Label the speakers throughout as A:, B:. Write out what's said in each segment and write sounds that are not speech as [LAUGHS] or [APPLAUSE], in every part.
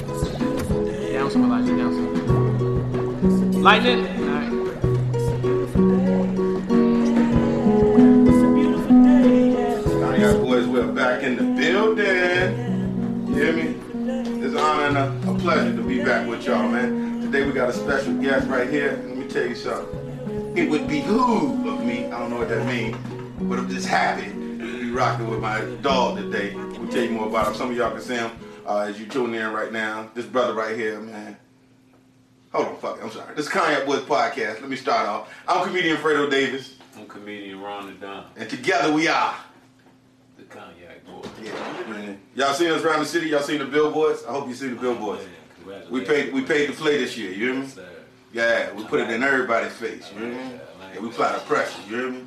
A: Down some, Elijah. Down some. Lightning. All right.
B: Now y'all boys, we're back in the building. You hear me? It's an honor and a, a pleasure to be back with y'all, man. Today we got a special guest right here. Let me tell you something. It would behoove of me, I don't know what that means, but I'm just happy to be rocking with my dog today. We'll tell you more about him. Some of y'all can see him uh, as you tune in right now. This brother right here, man. Hold on, fuck it, I'm sorry. This is Kanye Boys Podcast. Let me start off. I'm comedian Fredo Davis,
C: I'm comedian Ron the Don,
B: and together we are
C: the cognac boy.
B: Yeah. Y'all seen us around the city? Y'all seen the billboards? I hope you see the billboards. We paid we paid to play this year, you hear me? Yeah, we put it in everybody's face, you hear me? And we apply the pressure, you hear me?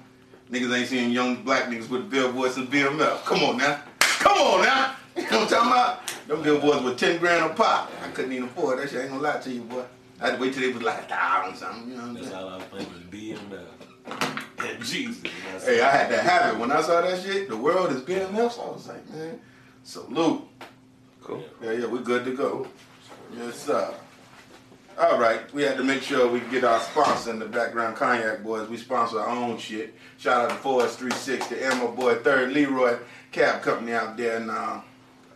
B: Niggas ain't seeing young black niggas with the billboards and BMF. Come on now. Come on now. You know what I'm talking about? Them billboards were 10 grand a pop. I couldn't even afford that shit. I ain't gonna lie to you, boy. I had to wait till they was like a thousand something, you know what I'm
C: That's
B: saying?
C: all I was playing was BMF.
B: [LAUGHS]
C: And Jesus. that's
B: Hey,
C: it.
B: I had to have it. When I saw that shit, the world is BMFs, I was like, man, salute.
C: Cool.
B: Yeah, yeah, we're good to go. Yes, sir. All right, we had to make sure we get our sponsor in the background, Cognac Boys. We sponsor our own shit. Shout out to Forest 360, Emma Boy, Third Leroy Cab Company out there. And uh,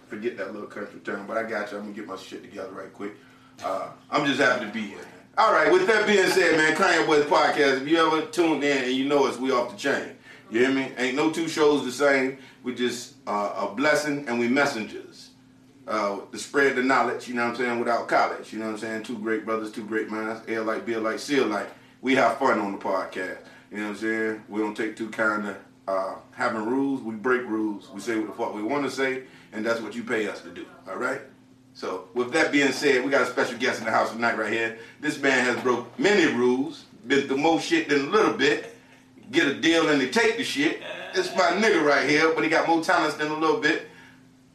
B: forget that little country term, but I got you. I'm gonna get my shit together right quick. Uh, I'm just happy to be here. All right, with that being said, man, Kanye Boys Podcast, if you ever tuned in and you know us, we off the chain. You hear me? Ain't no two shows the same. We just uh, a blessing and we messengers uh, to spread the knowledge, you know what I'm saying, without college. You know what I'm saying? Two great brothers, two great minds, air like, bill like, seal like. We have fun on the podcast. You know what I'm saying? We don't take too kind of uh, having rules. We break rules. We say what the fuck we want to say, and that's what you pay us to do. All right? So, with that being said, we got a special guest in the house tonight right here. This man has broke many rules, been through more shit than a little bit, get a deal and they take the shit. It's my nigga right here, but he got more talents than a little bit.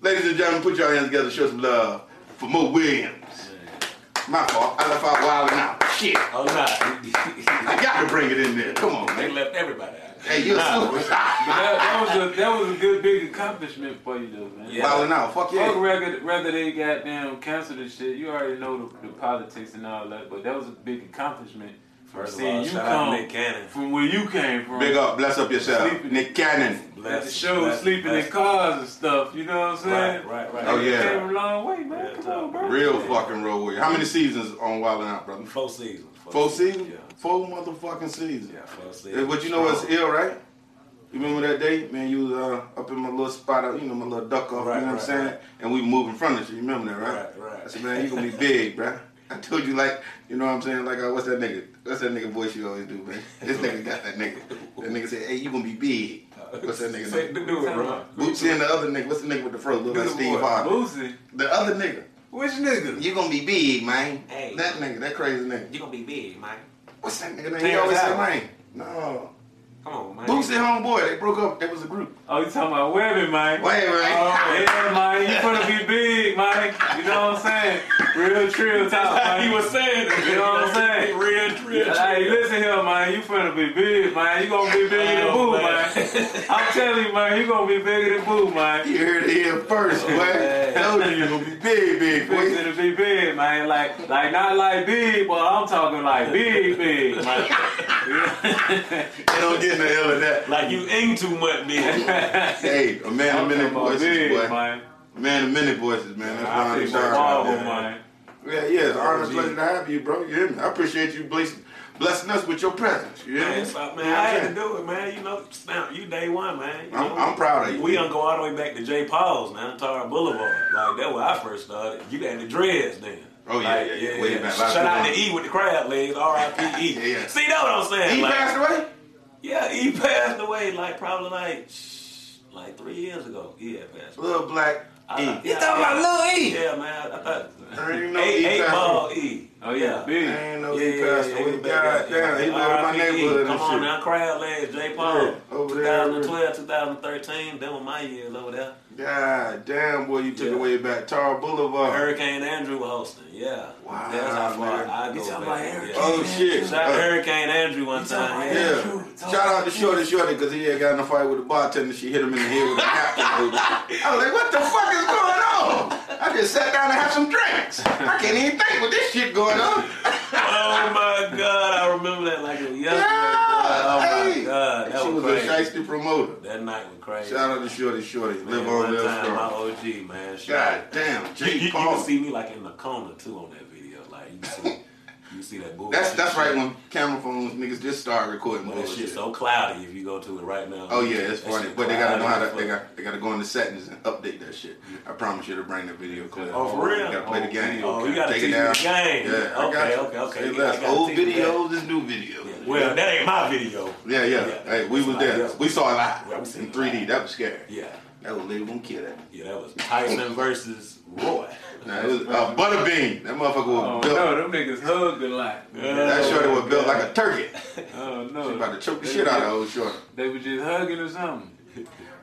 B: Ladies and gentlemen, put your hands together, show some love for Mo Williams. My fault. I left out wilding out. Shit.
C: Oh, nah. [LAUGHS]
B: I got to bring it in there. Come on,
C: they
B: man.
C: left everybody out. But
B: Hey, you're
C: Nah.
B: super.
C: That, that, was a, that was a good big accomplishment for you, though, man.
B: Yeah. Wilding out. Fuck
C: Fuck
B: yeah.
C: record, whether they got damn canceled and shit, you already know the, the politics and all that, but that was a big accomplishment from
D: First of
C: seeing
D: all,
C: you
D: shout out
C: come
D: Nick Cannon.
C: from where you came from.
B: Big up. Bless up yourself.
C: Sleeping.
B: Nick Cannon.
C: at the
D: Bless-
C: show,
D: bless-
C: sleeping
D: bless-
C: in cars and stuff. You know what I'm saying?
D: Right, right, right.
B: Oh,
C: You
B: yeah.
C: Came a long way, man.
D: Yeah,
C: Come on, bro.
B: Real fucking road warrior. How many seasons on Wilding Out, brother?
D: Four seasons.
B: Four seasons?
D: Yeah.
B: Four motherfucking seasons.
D: Yeah, four seasons.
B: But you know what's ill, right? You remember that day, man? You was uh, up in my little spot, out, you know, my little duck off,
D: Right,
B: you know what I'm
D: right,
B: saying?
D: right.
B: And we moving furniture, you remember that, right?
D: Right, right.
B: I said, man, you gonna be big, bruh. [LAUGHS] I told you, like, you know what I'm saying? Like, uh, what's that nigga? What's that nigga voice you always do, man? [LAUGHS] This nigga got that nigga. That nigga said, hey, you gonna be big. What's that nigga?
D: Say,
B: name?
D: do, do it, bro.
B: Bootsy and the other nigga. What's the nigga with the fro? Look like
D: Good
B: Steve
D: boy.
B: Harvey.
C: Boosie.
B: The other nigga.
D: Which nigga?
B: You gonna be big, man.
D: Hey.
B: That nigga, that crazy nigga.
D: You gonna be big, man.
B: What's that nigga name? He
D: Terrence
B: always say,
D: Howard.
B: man. No.
D: Come on, man.
B: Bootsy Homeboy, they broke up. That was a group.
C: Oh, you talking about Webby, man?
B: Wait,
C: Oh,
B: man.
C: yeah, man. You gonna be big, man. You know what I'm saying? Real trill talk, man.
D: saying it.
C: You know what I'm saying?
D: Real, real,
C: Hey, listen here, man. You finna be big, man. You gonna be bigger than Boo,
D: Oh,
C: man. [LAUGHS]
D: man.
C: I'm telling you, man. You gonna be bigger than Boo,
B: [LAUGHS]
C: man.
B: You heard it here first, boy.
C: Yeah.
B: Told you you gonna be big, big, boy.
C: Fixing to be big, man. Like, like not like big, but I'm talking like big, big, man.
B: They don't get no hell of that.
D: Like you ain't too much, bitch.
B: Hey, a man of many
C: I'm talking about
B: voices,
C: big,
B: boy.
C: man.
B: A man of many voices, man. That's why
C: I
B: I'm
C: think we're
B: sorry about
C: horrible,
B: that.
C: man.
B: Yeah, yeah, it's an honor and
D: OG.
B: pleasure to have you, bro. You hear me? I appreciate you blessing, blessing us with your presence. You hear me?
D: Man, so, man, I had to do it, man. You know, snap, you day one, man. You
B: I'm-
D: know,
B: I'm proud of you.
D: We done go all the way back to J. Paul's now, Tara Boulevard. Like that where I first started. You had the dreads then.
B: Oh, yeah,
D: Like,
B: yeah, yeah. Way back.
D: Shout out to E with the crab legs, R I P
B: [LAUGHS]
D: E.
B: Yeah, yeah.
D: See that's what I'm saying.
B: He
D: like,
B: passed away?
D: Yeah, he passed away like probably like shh, like three years ago. Yeah,
B: E.
D: passed. away.
B: Little black
D: I-
B: E.
D: yeah,
B: Lil E?
D: Yeah, man. I, I thought
B: I didn't know
D: eight,
B: E
D: eight
B: passed
D: ball E.
C: Oh yeah,
B: I
C: big.
B: ain't know
D: Yeah,
B: he
D: yeah,
B: passed
D: yeah,
B: away.
D: he back
B: God
D: out
B: damn,
D: there.
B: he lived in my
D: R.I.P.
B: neighborhood
D: Come
B: and
D: on
B: shit.
D: now, crowd legs, J. Paul.
B: Yeah, over there.
D: 2012, 2013, them were my years over there.
B: God damn, boy, you took
D: Yeah.
B: away back Tar Boulevard.
D: Hurricane Andrew was hosting, yeah.
B: Wow,
D: That's how far
B: man.
D: I go
E: You talking
D: back,
E: about Hurricane?
D: yeah.
B: Oh shit!
D: Shout out
B: Uh,
D: Hurricane Andrew one
E: You talking
D: time,
E: about
D: yeah.
E: Andrew?
B: Yeah. Shout out to Shorty Shorty because he had got in a fight with the bartender. She hit him in the head with a napkin. baby. I was like, what the fuck is going on? I just sat down and had some drinks. I can't even think with this shit going on.
D: Oh my God, I remember that like it was yesterday.
B: Yeah,
D: boy. Oh
B: hey.
D: my God,
B: she
D: that
B: was
D: was, crazy.
B: a shiesty promoter.
D: That night was crazy.
B: Shout out to Shorty Shorty. Live
D: Man,
B: on,
D: one
B: live
D: time, my
B: strong.
D: OG, man. Shout
B: God
D: out.
B: damn,
D: You, you,
B: Jake
D: you can
B: Paul.
D: see me like in the corner too on that video. Like you see, you see that bullshit.
B: That's that's right when camera phones niggas just started recording
D: But that
B: bullshit.
D: shit's so cloudy if you go to it right now.
B: Oh yeah, it's
D: That
B: funny,
D: shit
B: but they gotta know how
D: cloudy
B: to they
D: as fuck.
B: got they gotta go into settings and update that shit. I promise you to bring the video clip.
D: Oh, for real?
B: You gotta play the
C: Oh,
B: game.
C: video.
D: Oh, you gotta
B: Take
D: teach
B: it
D: me
B: down.
D: the game.
B: Yeah, I got
D: Okay,
B: you.
D: okay, okay.
B: Say
D: Yeah, I
B: less.
D: gotta
B: Old
D: teach me that.
B: videos is new videos.
D: Well, that ain't my video.
B: Yeah, yeah.
D: Yeah.
B: Hey, we was
D: Like,
B: there.
D: yeah.
B: We saw it live
D: Yeah, we seen
B: in
D: it
B: 3D.
D: live.
B: That was scary.
D: Yeah,
B: That was literally gonna kill that.
D: yeah. That was Tyson versus Roy.
B: Nah, it was uh, Butterbean. That motherfucker
C: Oh
B: was built.
C: no, them niggas hugged a lot.
B: That shorty was built like a
D: [LAUGHS]
B: turkey.
C: Oh
B: She
C: no,
B: about to choke the shit out of old shorty.
C: They were just hugging or something.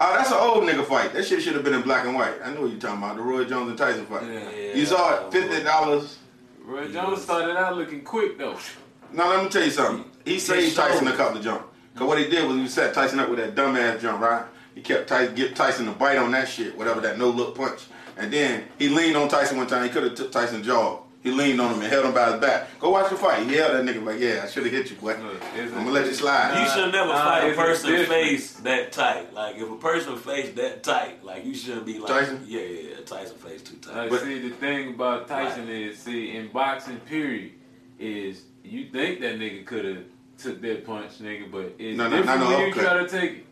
B: Oh, that's an old nigga fight. That shit should have been in black and white. I know what you're talking about. The Roy Jones and Tyson fight.
C: Yeah.
B: You saw it, fifty dollars.
C: Roy
D: He
C: Jones
D: was-
C: started out looking quick though.
B: Now let me tell you something. He saved
D: showed
B: Tyson a
D: him.
B: couple of jump. Cause what he did was he set Tyson up with that dumbass jump, right? He kept Tyson get Tyson to bite on that shit, whatever that no look punch. And then he leaned on Tyson one time. He could have took Tyson's jaw. He leaned on him and held him by his back. Go watch the fight. He held that nigga like, yeah, I should have hit you, boy.
C: Look,
B: I'm
C: it's-
B: gonna let you slide.
D: You should never
C: Nah,
D: fight a
C: it's a
D: person
C: difference.
D: face that tight. Like if a person face that tight, like you shouldn't be like
B: Tyson?
D: Yeah, yeah, yeah, Tyson face too tight.
C: Like,
B: But-
C: see, the thing about Tyson is, see, in boxing, period, is you think that nigga could have took that punch, nigga, but it's
B: No, no,
C: different
B: not no
C: when you
B: uppercut.
C: try to take it.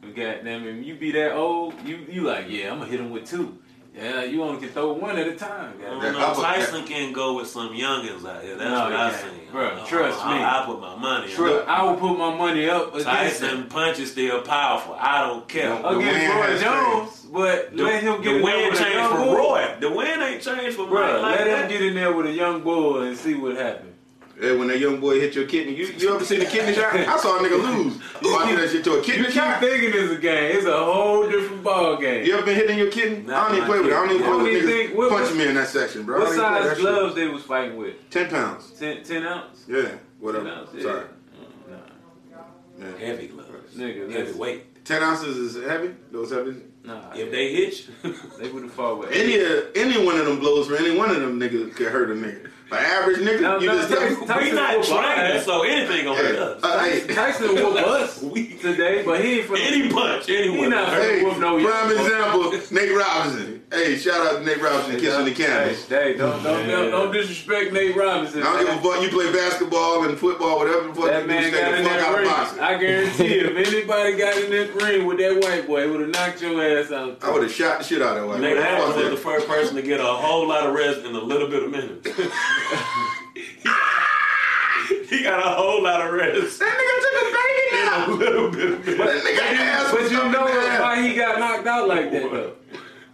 C: But Goddamn, if you be that old, you you like, yeah, I'm gonna hit him with two. Yeah, you only can throw one at a time.
D: I don't
B: That
C: goddamn.
D: know.
B: upper-
D: Tyson can go with some youngins out here. That's
C: No,
D: what
C: he
D: I
C: can't.
D: seen.
C: Bruh,
D: I-
C: trust
D: I,
C: me.
D: I, put my money. on
C: True,
D: it.
C: I will put my money up against
D: Tyson
C: him.
D: punch is still powerful. I don't care.
B: Don't- The win
C: against Roy
B: has
C: Jones, but
D: The,
C: let him
D: the
C: get in there
D: win
C: with a
D: changed
C: young
D: for
C: boy.
D: Roy. The win ain't changed for Roy.
C: Bruh,
D: Like
C: let him
D: that.
C: get in there with a young boy and see what happens.
B: Yeah, when that young boy hit your kidney, you, you ever seen a kidney shot? I saw a nigga lose. I did that shit to a
C: You
B: kidney
C: keep
B: shot.
C: thinking it's a game. It's a whole different ball game.
B: You ever been hitting your kidney? I
D: Not
B: don't even
D: my
B: play with it. I don't even
C: kidney.
B: play
C: What
B: with
C: do you
B: niggas
C: think- what-
B: punching me in that section, bro. I
C: What
B: don't even play
C: size
B: that shit.
C: gloves they was fighting with?
B: Ten pounds.
C: Ten, 10 ounce?
B: Yeah,
C: Ten
B: whatever.
C: ounce? yeah. Mm-hmm.
B: Sorry.
C: Nah,
B: Yeah.
D: heavy gloves.
C: Nigga,
D: Heavy
C: that's-
D: weight.
B: Ten ounces is heavy. Those heavy.
C: nah.
D: If they hit you,
C: they would have fought with
B: Any any one of them blows for any one of them niggas could hurt a nigga. Like average nigga,
C: No,
B: you
C: no,
B: just
C: Tyson-
B: tell
D: we
C: Tyson
D: not
C: will buy
D: trained,
C: it.
D: so anything gonna hurt
B: Yeah.
D: us.
B: Uh, hey,
C: Tyson
B: [LAUGHS]
C: whoop us
D: We-
C: today, but he ain't for
D: Any punch,
C: He
D: anyone.
C: not
D: hurt.
B: hey,
C: Whoop no, you-
B: prime example, Nate Robinson. Hey, shout out to Nate Robinson kissing the
C: Hey,
B: cameras.
C: hey, don't don't,
D: Yeah.
C: don't disrespect Nate Robinson.
B: I don't give a fuck. You play basketball and football, whatever the fuck
C: That
B: you do,
C: man
B: stay
C: got
B: the
C: in
B: fuck out of
C: that ring.
B: boxing.
C: I guarantee you,
B: [LAUGHS]
C: if anybody got in that ring with that white boy, it would have knocked your ass out.
B: I would have shot the shit out of that
D: Nate Robinson was
B: white
D: the
B: boy. Fuck
D: first person to get a whole lot of rest in a little bit of minutes. [LAUGHS] he got a whole lot of rest
B: that. That nigga
D: in
B: took a baby
D: a
C: [LAUGHS]
B: now.
D: little bit of
B: That
D: minutes.
B: nigga ass
C: But
B: was
C: you
B: up in
C: know
B: there.
C: why he got knocked out like
B: [LAUGHS]
C: that though?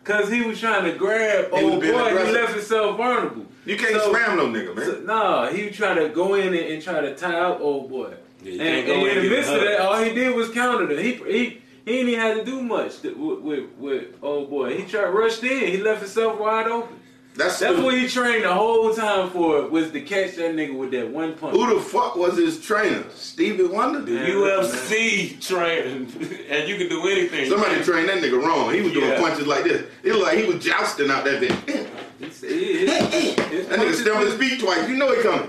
C: Cause he was trying to grab
B: He was
C: old boy,
B: being
C: he
B: aggressive.
C: left himself vulnerable.
B: You can't
C: So-
B: slam no nigga, man.
C: So, nah, he was trying to go in and, and try to tie up old boy.
D: Yeah, you can't
C: and and
D: go in
C: in
D: and
C: the
D: get
C: midst of
D: hugged.
C: that, all he did was counter him. He he he ain't even had to do much to, with, with with old boy. He tried rushed in. He left himself wide open.
B: That's,
C: That's
B: stupid.
C: what he trained the whole time for was to catch that nigga with that one punch.
B: Who the fuck was his trainer? Stevie Wonder?
D: The UFC training, [LAUGHS] and you can do anything.
B: Somebody trained that nigga wrong. He was doing
D: Yeah.
B: punches like this. It was like he was jousting out that bitch. [LAUGHS]
C: It's, it, it, it's
B: That nigga stammered his feet twice. You know he coming.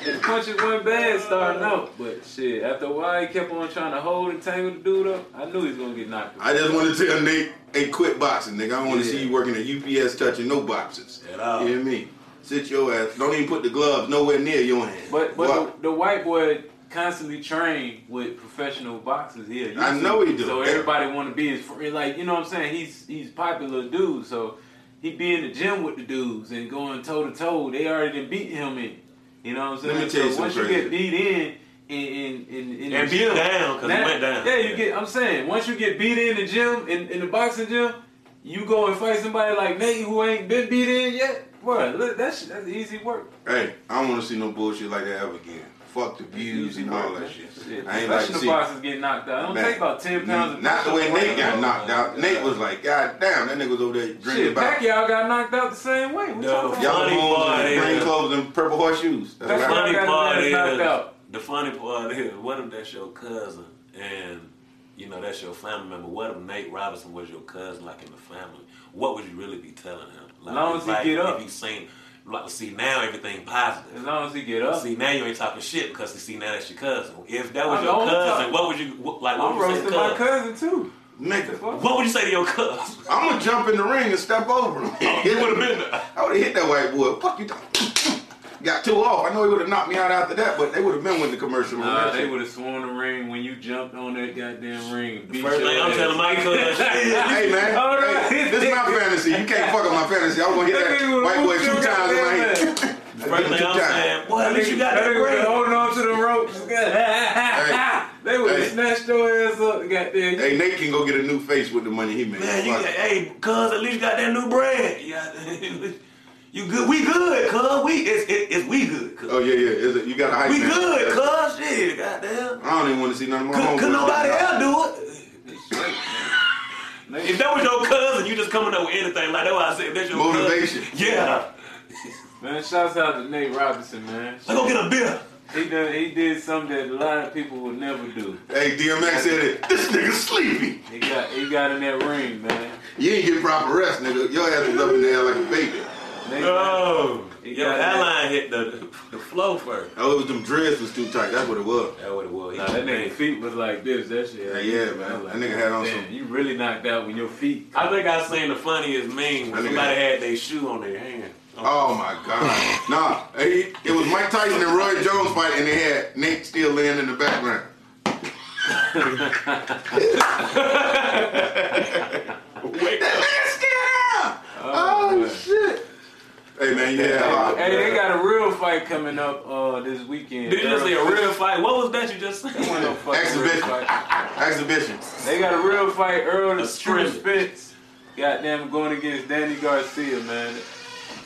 C: His punches weren't bad starting out, but shit, after a while he kept on trying to hold and tangle the dude up. I knew he was gonna get knocked out.
B: I just want to tell Nate, hey, quit boxing, nigga. I don't want to
C: Yeah.
B: see you working at UPS touching no boxes.
D: At all.
B: You hear me? Sit your ass. Don't even put the gloves nowhere near your hand.
C: But
B: Fuck.
C: but the, the white boy constantly trained with professional boxers here.
B: I know he do.
C: So everybody want to be his friend. Like you know what I'm saying? He's he's popular dude. So he be in the gym with the dudes and going toe to toe. They already done beat him in. You know what I'm
B: Let
C: saying?
B: me tell you
C: so
B: something
C: once
B: crazy.
C: you get beat in. In, in, in, in
D: and
C: the
D: beat him down because he
C: Now-
D: went down.
C: Yeah, you get. I'm saying once you get beat in the gym in, in the boxing gym, You go and fight somebody like Nate who ain't been beat in yet, bro. Look, that shit, that's easy work.
B: Hey, I don't want to see no bullshit like that ever again. Fuck the views and all that shit. I ain't like to
C: Especially the
B: see.
C: boxers getting knocked out. It don't
B: Man,
C: take about ten pounds. of
B: Not the way
C: push-up
B: Nate got
C: weight.
B: knocked out. Nate was like, God damn, that nigga was over there drinking
C: Shit,
B: about
C: Pacquiao got knocked out the same way. What
D: No.
C: y'all talking
B: yellow
C: about?
D: Funny
B: moons
D: boy,
B: and green
D: yeah.
B: clothes and purple horseshoes. That's
C: That's
B: right.
C: what
D: funny
C: I got
D: part
C: his ass knocked
D: is
C: out.
D: the funny part is what if that's your cousin and you know that's your family member. What if Nate Robinson was your cousin, like in the family? What would you really be telling him? Like,
C: Long as
D: it's
C: he
D: like,
C: get up.
D: If you seen, like, see now everything
C: As
D: positive.
C: long as he get up.
D: See now you ain't talking shit because you see now that's your cousin. If that was
C: I'm
D: your
C: only
D: cousin,
C: talking-
D: what would you what, like? What
C: I'm
D: would you say to
C: roasting my
D: cousin?
C: cousin too.
B: Nigga,
D: What would you say to your cousin? [LAUGHS]
B: I'm gonna jump in the ring and step over him.
C: Oh,
D: He would've been there.
B: [LAUGHS] I would have hit that white boy. Fuck you. talking- [LAUGHS] Got two off. I know he would have knocked me out after that, but they would have been with the commercial. on
C: Nah,
B: that
C: they
B: shit.
C: would have sworn the ring when you jumped on that goddamn ring. and Beat
D: First
C: your
D: thing I'm
C: ass.
D: telling
C: [LAUGHS]
D: my cousin.
B: Hey man,
C: All
B: hey,
C: right.
B: this is my fantasy. You can't fuck up my fantasy. I'm gonna hit
C: That nigga
B: that
C: would've
B: white boy
C: whooped
B: two
C: your
B: times in my head.
C: goddamn ass.
D: First thing I'm saying, boy, at least you got that
C: They would've
D: ring.
C: holding on to the ropes. they would have
B: Hey.
C: snatched your ass up. Goddamn.
B: [LAUGHS] Hey, Nate can go get a new face with the money he made.
D: Man, you
B: Fuck
D: got,
B: it.
D: hey, cuz, at least you got that new [LAUGHS] brand. You, got, you good? We good, cuz. We it's, it, it's we good, cuz.
B: Oh yeah, yeah. Is it, you got a hype
D: we
B: man.
D: good, cuz. Shit, goddamn.
B: I don't even want to see none of my
D: Could,
B: homies.
D: could nobody else do it?
C: They-
D: If that was your cousin, you just coming up with anything like that. Why I said if that's your cousin-
B: Motivation.
D: yeah,
C: Man, shouts out to Nate Robinson, man.
D: let's go get a beer.
C: He done, he did something that a lot of people would never do.
B: Hey, DMX said it. This nigga sleepy.
C: He got he got in that ring, man.
B: You ain't get proper rest, nigga. Your ass was up in there like a baby.
C: Nate-
D: Uh. No,
C: He
D: your
C: got that.
D: airline hit the the flow first.
B: Oh, it was them dreads was too tight. That's what it was.
D: That what it was. He
C: Nah, that nigga feet was like this. That shit.
B: Yeah, yeah, man. That nigga had on
C: Damn,
B: some-
C: you really knocked out when your feet.
D: I think I seen the funniest meme when
B: That nigga-
D: somebody had their shoe on their hand.
B: Oh my god. Nah, he, it was Mike Tyson and Roy Jones fighting, and they had Nate still laying in the background.
D: Wake
B: That nigga scared out.
C: Oh,
B: Oh,
C: man.
B: shit. Hey man, you had a lot.
C: hey, they got a real fight coming up uh, this weekend.
D: Did you just say a real fight? What was that you just said?
C: Ain't no fucking real
B: Exhibition.
C: fight.
B: Exhibition.
C: They got a real fight. Earl the
D: A
C: Screw
D: scrimmage.
C: Spence. Goddamn, going against Danny Garcia, man.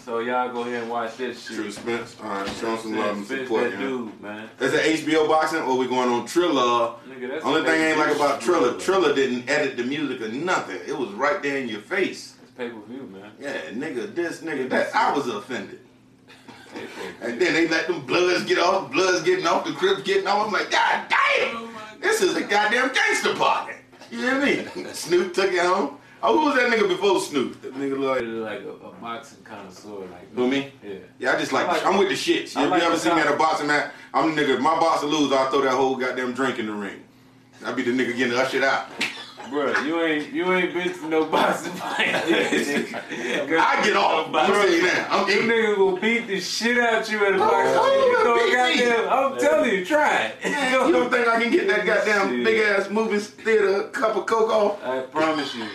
C: So y'all go ahead and watch this shit.
B: True Spence. All right, show him some love and
C: Spence,
B: support.
C: that
B: you know.
C: dude, man.
B: Is it HBO boxing or we going on Triller?
C: Nigga, that's
B: Only thing I ain't like
C: pay-per-view.
B: about Triller, Triller didn't edit the music or nothing. It was right there in your face.
C: It's pay per view, man.
B: Yeah, nigga, this nigga, that. I was offended. And then they let them bloods get off, bloods getting off, the crips getting off. I'm like, God damn, this is a goddamn gangster party. You know what I mean? [LAUGHS] Snoop took it home. Oh, who was that nigga before Snoop? That nigga look like,
C: Like a, a boxing connoisseur, like
B: Who, me?
C: Yeah.
B: yeah, I just like,
C: I like-
B: I'm with the shits.
C: I
B: If
C: like
B: you ever
C: the
B: see me at a
C: top.
B: boxing match, I'm the nigga, if my boxer lose, I'll throw that whole goddamn drink in the ring. I'll be the nigga getting ushered out.
C: Bruh, you ain't you ain't been to no boxing [LAUGHS] fight. yet, nigga.
B: I get off. I'm saying that. I'm
C: You
B: eating.
C: niggas will beat the shit out you at a boxing
B: Oh,
C: fight. You know
B: beat
C: what
B: me.
C: goddamn? I'm telling you, try [LAUGHS]
B: Man, you don't
C: it.
B: think I can get that goddamn
C: Shit.
B: big ass movie theater cup of coke off?
C: I promise you.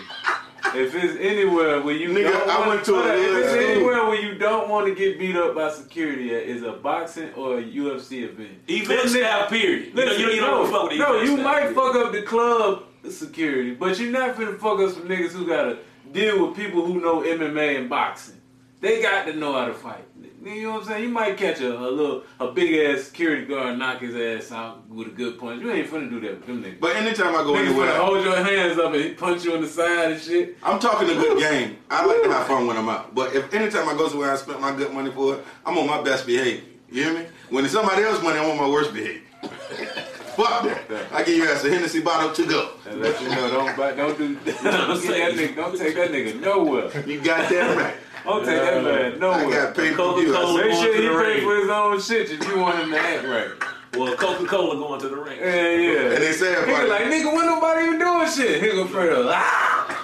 C: If it's anywhere where you
B: Nigga,
C: don't
B: I
C: wanna-
B: went to a-
C: Hold on, if it's
B: uh,
C: anywhere where you don't want to get beat up by security at is a boxing or a UFC event.
D: Event style, period.
C: Listen,
D: you know, you don't
C: no,
D: fuck with
C: no,
D: event
C: you
D: style,
C: might
D: period.
C: fuck up the club security, but you're not finna fuck up some niggas who gotta deal with people who know MMA and boxing. They got to know how to fight. You know what I'm saying? You might catch a, a little a big ass security guard and knock his ass out with a good punch. You ain't finna do that with them niggas.
B: But anytime I go
C: niggas finna
B: anywhere,
C: hold your hands up and punch you on the side and shit.
B: I'm talking a good game. I like to have fun when I'm out. But if anytime I go somewhere I spent my good money for it, I'm on my best behavior. You hear me? When it's somebody else's money, I'm on my worst behavior. [LAUGHS] Fuck that. I give you ass a Hennessy bottle to go.
C: And let you know, don't buy- don't do [LAUGHS] don't get that nigga, don't take that nigga nowhere.
B: [LAUGHS] You got that right.
C: Don't take that man
B: I
C: nowhere.
B: got paid for you.
D: Coca-Cola.
C: Make sure
D: Going to
C: he
D: the
C: pay
D: ring.
C: for his own shit if you want him to act right.
D: Well, Coca Cola going to the ring.
C: Yeah, yeah.
B: And they said,
C: He
B: buddy,
C: be like, nigga, when nobody even doing shit. [LAUGHS] He go further. Ah!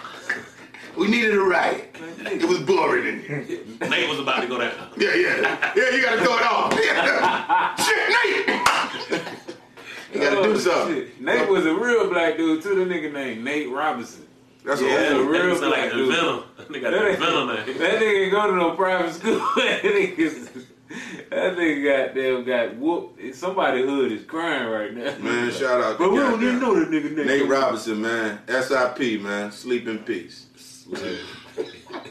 B: we needed a ride. It was boring in here.
D: Nate was about to go down.
B: Yeah, yeah. Yeah, you gotta throw it off. [LAUGHS] Yeah. Shit, Nate! you gotta
C: Oh,
B: do something.
C: shit. Nate was a real black dude too. The nigga named Nate Robinson.
B: That's
C: Yeah.
B: what
C: a real
D: Nigga sound
C: black
D: like the
C: dude.
D: Venom. They got
C: That
D: the
C: ain't-
D: Venom man.
C: That nigga ain't go to no private school. [LAUGHS] that nigga, that nigga goddamn got whooped. Somebody hood is crying right now.
B: Man, shout out to
C: But we don't
B: goddamn
C: even know the nigga name.
B: Nate Robinson, man. SIP, man. Sleep in peace.
D: Yes. Like,
C: [LAUGHS]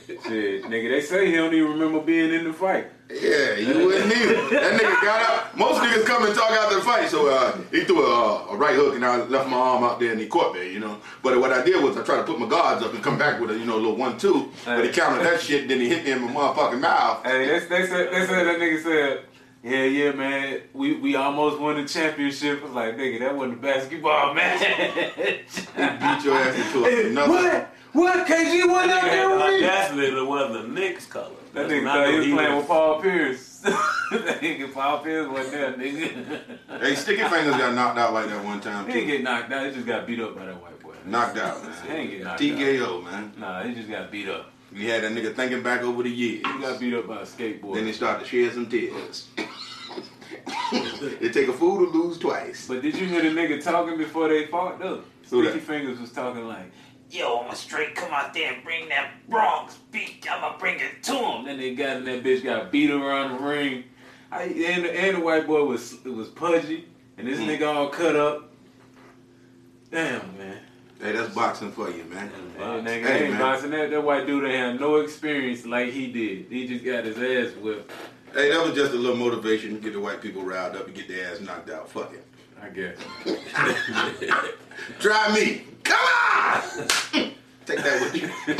C: Shit, nigga, they say he don't even remember being in the fight.
B: Yeah, you wouldn't either. That nigga got out. Most niggas come and talk after the fight, so uh, he threw a, uh, a right hook and I left my arm out there and he caught me, you know. But what I did was I tried to put my guards up and come back with a you know little one two, but he counted that shit. Then he hit me in my motherfucking mouth.
C: Hey, they, they said they said that nigga said, yeah, yeah, man, we we almost won the championship. It's like, nigga, that wasn't a basketball [LAUGHS] match.
B: He beat your ass
C: [LAUGHS]
B: into another.
C: what? What? KG wasn't out
D: had
C: there
D: the
C: with me.
D: audacity to wear the Knicks color.
C: That
D: That's
C: nigga
D: not
C: thought he
D: what
C: was
D: he
C: playing
D: was-
C: with Paul Pierce. [LAUGHS] that nigga Paul Pierce wasn't there, nigga.
B: Hey, Sticky Fingers got knocked out like that one time
C: [LAUGHS] he didn't
B: too.
C: get knocked out. He just got beat up by that white boy.
B: Knocked out.
C: He didn't get knocked out.
B: TKO, man.
C: Nah, he just got beat up.
B: We had that nigga thinking back over the years.
C: He got beat up by a skateboard.
B: Then he started to shed some
C: [LAUGHS]
B: tears. it take a fool to lose twice.
C: But did you hear the nigga talking before they fought though?
B: Who
C: Sticky
B: that?
C: Fingers was talking like,
E: Yo, I'ma straight come out there and bring that Bronx beat. I'ma bring it to him.
C: boom. Then they got in that bitch got beat around the ring. I, and, and the white boy was was pudgy, and
E: Hmm.
C: this nigga all cut up. Damn man,
B: Hey, that's boxing for you, man.
C: that nigga
B: Hey,
C: ain't
B: man.
C: boxing. That, that white dude ain't have no experience like he did. He just got his ass whipped.
B: Hey, that was just a little motivation to get the white people riled up and get their ass knocked out. Fuck it.
C: I guess.
B: Try me. Come on! [LAUGHS] Take that
C: [LAUGHS]
B: with you.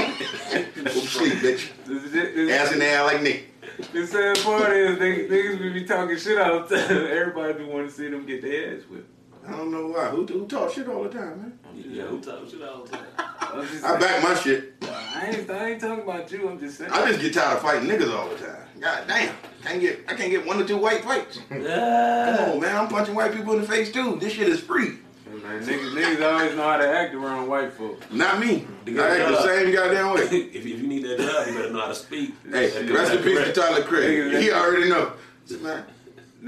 B: Go to sleep, bitch.
C: This, this, this,
B: Ass in the air like Nick.
C: The sad part is they, niggas we be talking shit all the time. [LAUGHS] Everybody be want to see them get their ass whipped.
B: I don't know why. Who, who talk shit all the time, man?
D: Yeah, who talking shit all the time?
C: I'm just
B: I
C: saying.
B: back my shit.
C: I ain't, I ain't talking about you. I'm just saying.
B: I just get tired of fighting niggas all the time. God damn. Can't get, I can't get one or two white [LAUGHS] fights. Come
D: Yeah. [LAUGHS]
B: on, man. I'm punching white people in the face, too. This shit is free.
C: Man, niggas, niggas always know how to act around white folks.
B: Not me.
D: The
B: I act the
D: guy-
B: same goddamn [LAUGHS] way.
D: if, if you need that job, you better know how to speak.
B: Hey, rest in peace to Tyler Craig. He already know. Man,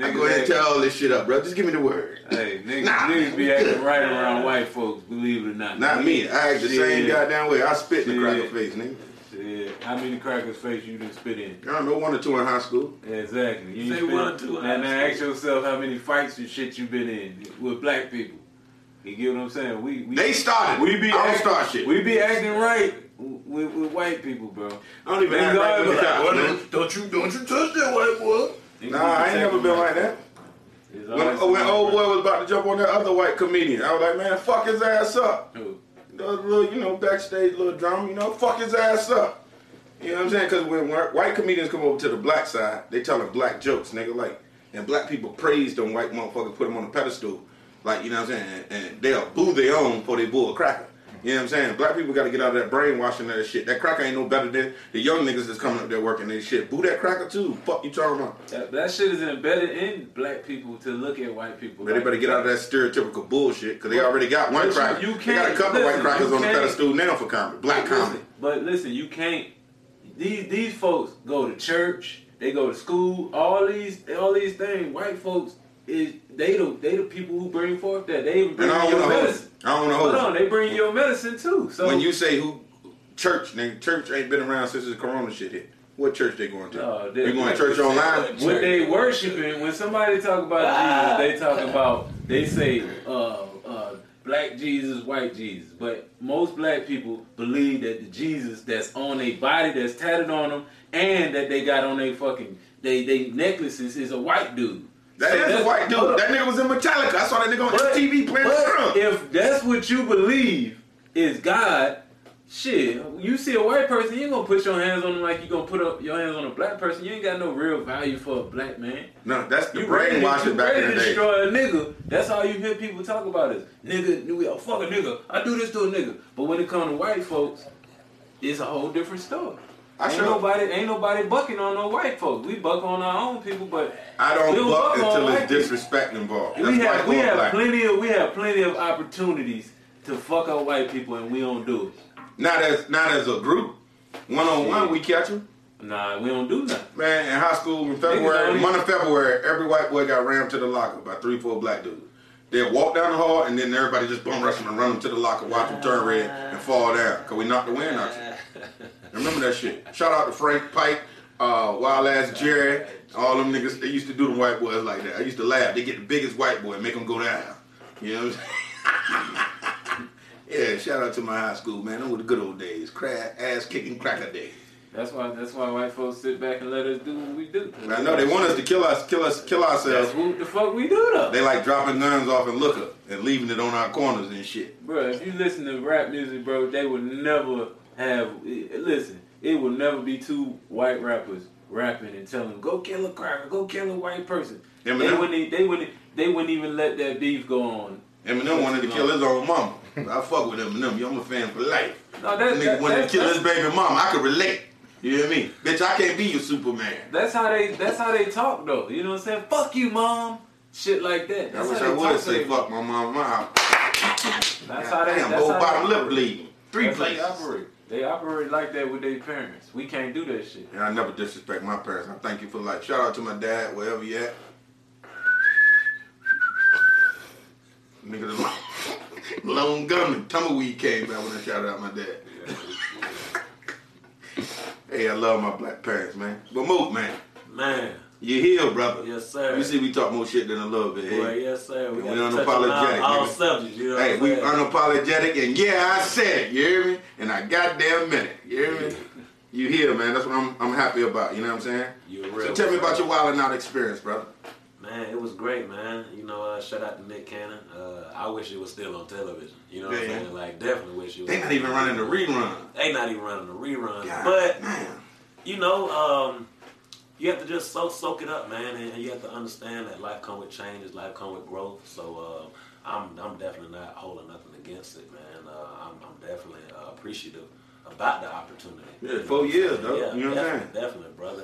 B: I
C: Niggas
B: go ahead and
C: act-
B: tear all this shit up, bro. Just give me the word.
C: Hey, niggas,
B: Nah.
C: niggas be acting right around white folks, believe it or not.
B: Not me. I act the same
C: Shit.
B: goddamn way. I spit in the
C: Shit.
B: cracker face, nigga.
C: Shit. How many crackers face you done spit in?
B: I don't know one or two in high school.
C: Exactly. You
D: Say
C: spit-
D: one or two,
C: Now,
D: I
C: now ask yourself how many fights and shit you been in with black people. You get what I'm saying? We, we
B: They started.
C: We be
B: I don't
C: acting,
B: start shit.
C: We be acting right with, with white people, bro.
B: I don't even
C: They
B: act right
C: always
B: with the
C: like,
B: cops,
C: what
B: man. Don't you don't you touch that white boy?
C: Niggas
B: Nah, I ain't never been like that.
C: It's
B: When,
C: always-
B: when old boy was about to jump on that other white comedian, I was like, man, fuck his ass up.
C: Who?
B: the little, you know, backstage little drama, you know, fuck his ass up. You know what I'm saying? Because when whi- white comedians come over to the black side, they tell them black jokes, nigga. Like, and black people praise them white motherfuckers, put them on a pedestal. Like, you know what I'm saying? And, and they'll boo their own for they bull cracker. You know what I'm saying? Black people got to get out of that brainwashing of that shit. That cracker ain't no better than the young niggas that's coming up there working their shit. Boo that cracker too. Fuck you talking about?
C: That, that shit is embedded in black people to look at white people.
B: But they better get out of that stereotypical bullshit because they already got one
C: But you-
B: cracker.
C: you
B: they got a
C: can't-
B: couple
C: listen,
B: white crackers
C: you
B: on the
C: can't-
B: pedestal now for comedy, black comedy.
C: Listen, but listen, you can't. These these folks go to church. They go to school. All these all these things. White folks is they the they the people who bring forth that they even bring
B: And I
C: you
B: don't
C: your
B: want to hold.
C: medicine.
B: I don't want to
C: Hold
B: hold.
C: on, they bring you your medicine too. So
B: When you say who church, nigga, church ain't been around since the corona shit hit. What church they going to?
C: No, they-
B: you going to church online?
C: When they worshiping, when somebody talk about
D: Ah.
C: Jesus, they talk about they say uh, uh, black Jesus, white Jesus. But most black people believe that the Jesus that's on their body, that's tatted on them, and that they got on their fucking they they necklaces is a white dude.
B: That
C: So
B: is
C: that's-
B: a white
C: hold
B: dude.
C: up.
B: That nigga was in Metallica. I saw that nigga on
C: But-
B: TV playing the
C: But
B: drum.
C: if that's what you believe is God, shit, you see a white person, you ain't gonna put your hands on them like you gonna put up your hands on a black person. You ain't got no real value for a black man.
B: No, that's the
C: You ready, to,
B: brainwashing
C: you
B: back
C: ready
B: in the
C: to
B: day.
C: destroy a nigga. That's all you hear people talk about is nigga, nigga, oh, fuck a nigga. I do this to a nigga. But when it comes to white folks, it's a whole different story.
B: I
C: ain't
B: sure-
C: nobody, ain't nobody bucking on no white folks. We buck on our own people, but
B: I
C: We
B: don't
C: was
B: buck
C: up on
B: until
C: white
B: it's
C: people.
B: disrespect involved. That's
C: we
B: why I
C: have we
B: go
C: have
B: black.
C: plenty of we have plenty of opportunities to fuck up white people, and we don't do it.
B: Not as not as a group. One on one,
C: Shit.
B: we catch them.
C: Nah, we don't do nothing.
B: Man, in high school in
C: Niggas
B: February,
C: only-
B: month of February, every white boy got rammed to the locker by three, four black dudes. They'd walk down the hall and then everybody just bum rush them and run them to the locker, watch them turn red and fall down because we knocked the wind out you. Remember that shit. Shout out to Frank Pike, uh, Wild Ass Jerry, all them niggas. They used to do them white boys like that. I used to laugh. They get the biggest white boy and make them go down. You know what I'm saying? [LAUGHS] Yeah, shout out to my high school, man. Those were the good old days. Crack, ass kicking cracker day.
C: That's why. That's why white folks sit back and let us do what we do.
B: I know they want us to kill us, kill us, kill
C: That's
B: ourselves.
C: what the fuck we do though.
B: They like dropping guns off in liquor and leaving it on our corners and shit.
C: Bro, if you listen to rap music, bro, they would never have. eh, Listen, it would never be two white rappers rapping and telling, "Go kill a cracker, go kill a white person." They
B: Eminem,
C: wouldn't. e, They wouldn't. They wouldn't even let that beef go on.
B: Eminem wanted to kill his own mama. I fuck with Eminem. Yo, I'm a fan for life.
C: No,
B: That
C: that,
B: nigga
C: that,
B: wanted to
C: that,
B: kill his
C: that's,
B: baby mama. I could relate. You hear me? Bitch, I can't be your Superman.
C: that's how they. That's how they talk though. You know what I'm saying? Fuck you, mom. Shit like that.
B: I
C: That's
B: wish
C: how
B: I
C: they talk
B: would
C: to
B: say
C: their-
B: fuck my mama. Wow.
C: That's how they.
B: Damn,
C: that's
B: whole
C: how
B: bottom
C: they
B: lip
C: operate.
B: bleeding. Three
C: That's how they
B: places.
C: operate. They operate like that with their parents. We can't do that shit.
B: And I never disrespect my parents. I thank you for life. Shout out to my dad, wherever you at. Nigga, the long, [LAUGHS] long gum and tumbleweed came out when I shouted out my dad. [LAUGHS] hey, I love my black parents, man. But Mook, man,
D: Man,
B: you here, brother.
D: yes sir.
B: You see, we talk more shit than a little bit.
D: Boy,
B: Hey,
D: yes sir. We,
B: We
D: got to touch
B: unapologetic,
D: on all, all
B: nigga.
D: subjects. You know
B: hey we
D: what I'm saying?
B: unapologetic, and yeah, I said it. You hear me? And I goddamn meant it. You hear me? You here, man. That's what I'm, I'm happy about. You know what I'm saying?
D: You a real.
B: So tell me about your wilding out experience, brother.
D: Man, it was great, man. You know, uh, shout out to Nick Cannon. Uh, I wish it was still on television. You know what
B: Yeah.
D: I'm saying? Like, definitely wish it was.
B: They not even running the rerun.
D: They not even running the reruns.
B: God,
D: But
B: man.
D: you know, um, you have to just soak, soak it up, man, and, and you have to understand that life come with changes, life come with growth. So uh, I'm I'm definitely not holding nothing against it, man. Uh, I'm, I'm definitely uh, appreciative about the opportunity.
B: Yeah,
D: You know
B: four
D: what I'm
B: years,
D: saying?
B: though.
D: Yeah,
B: You know what I'm
D: definitely, definitely, brother.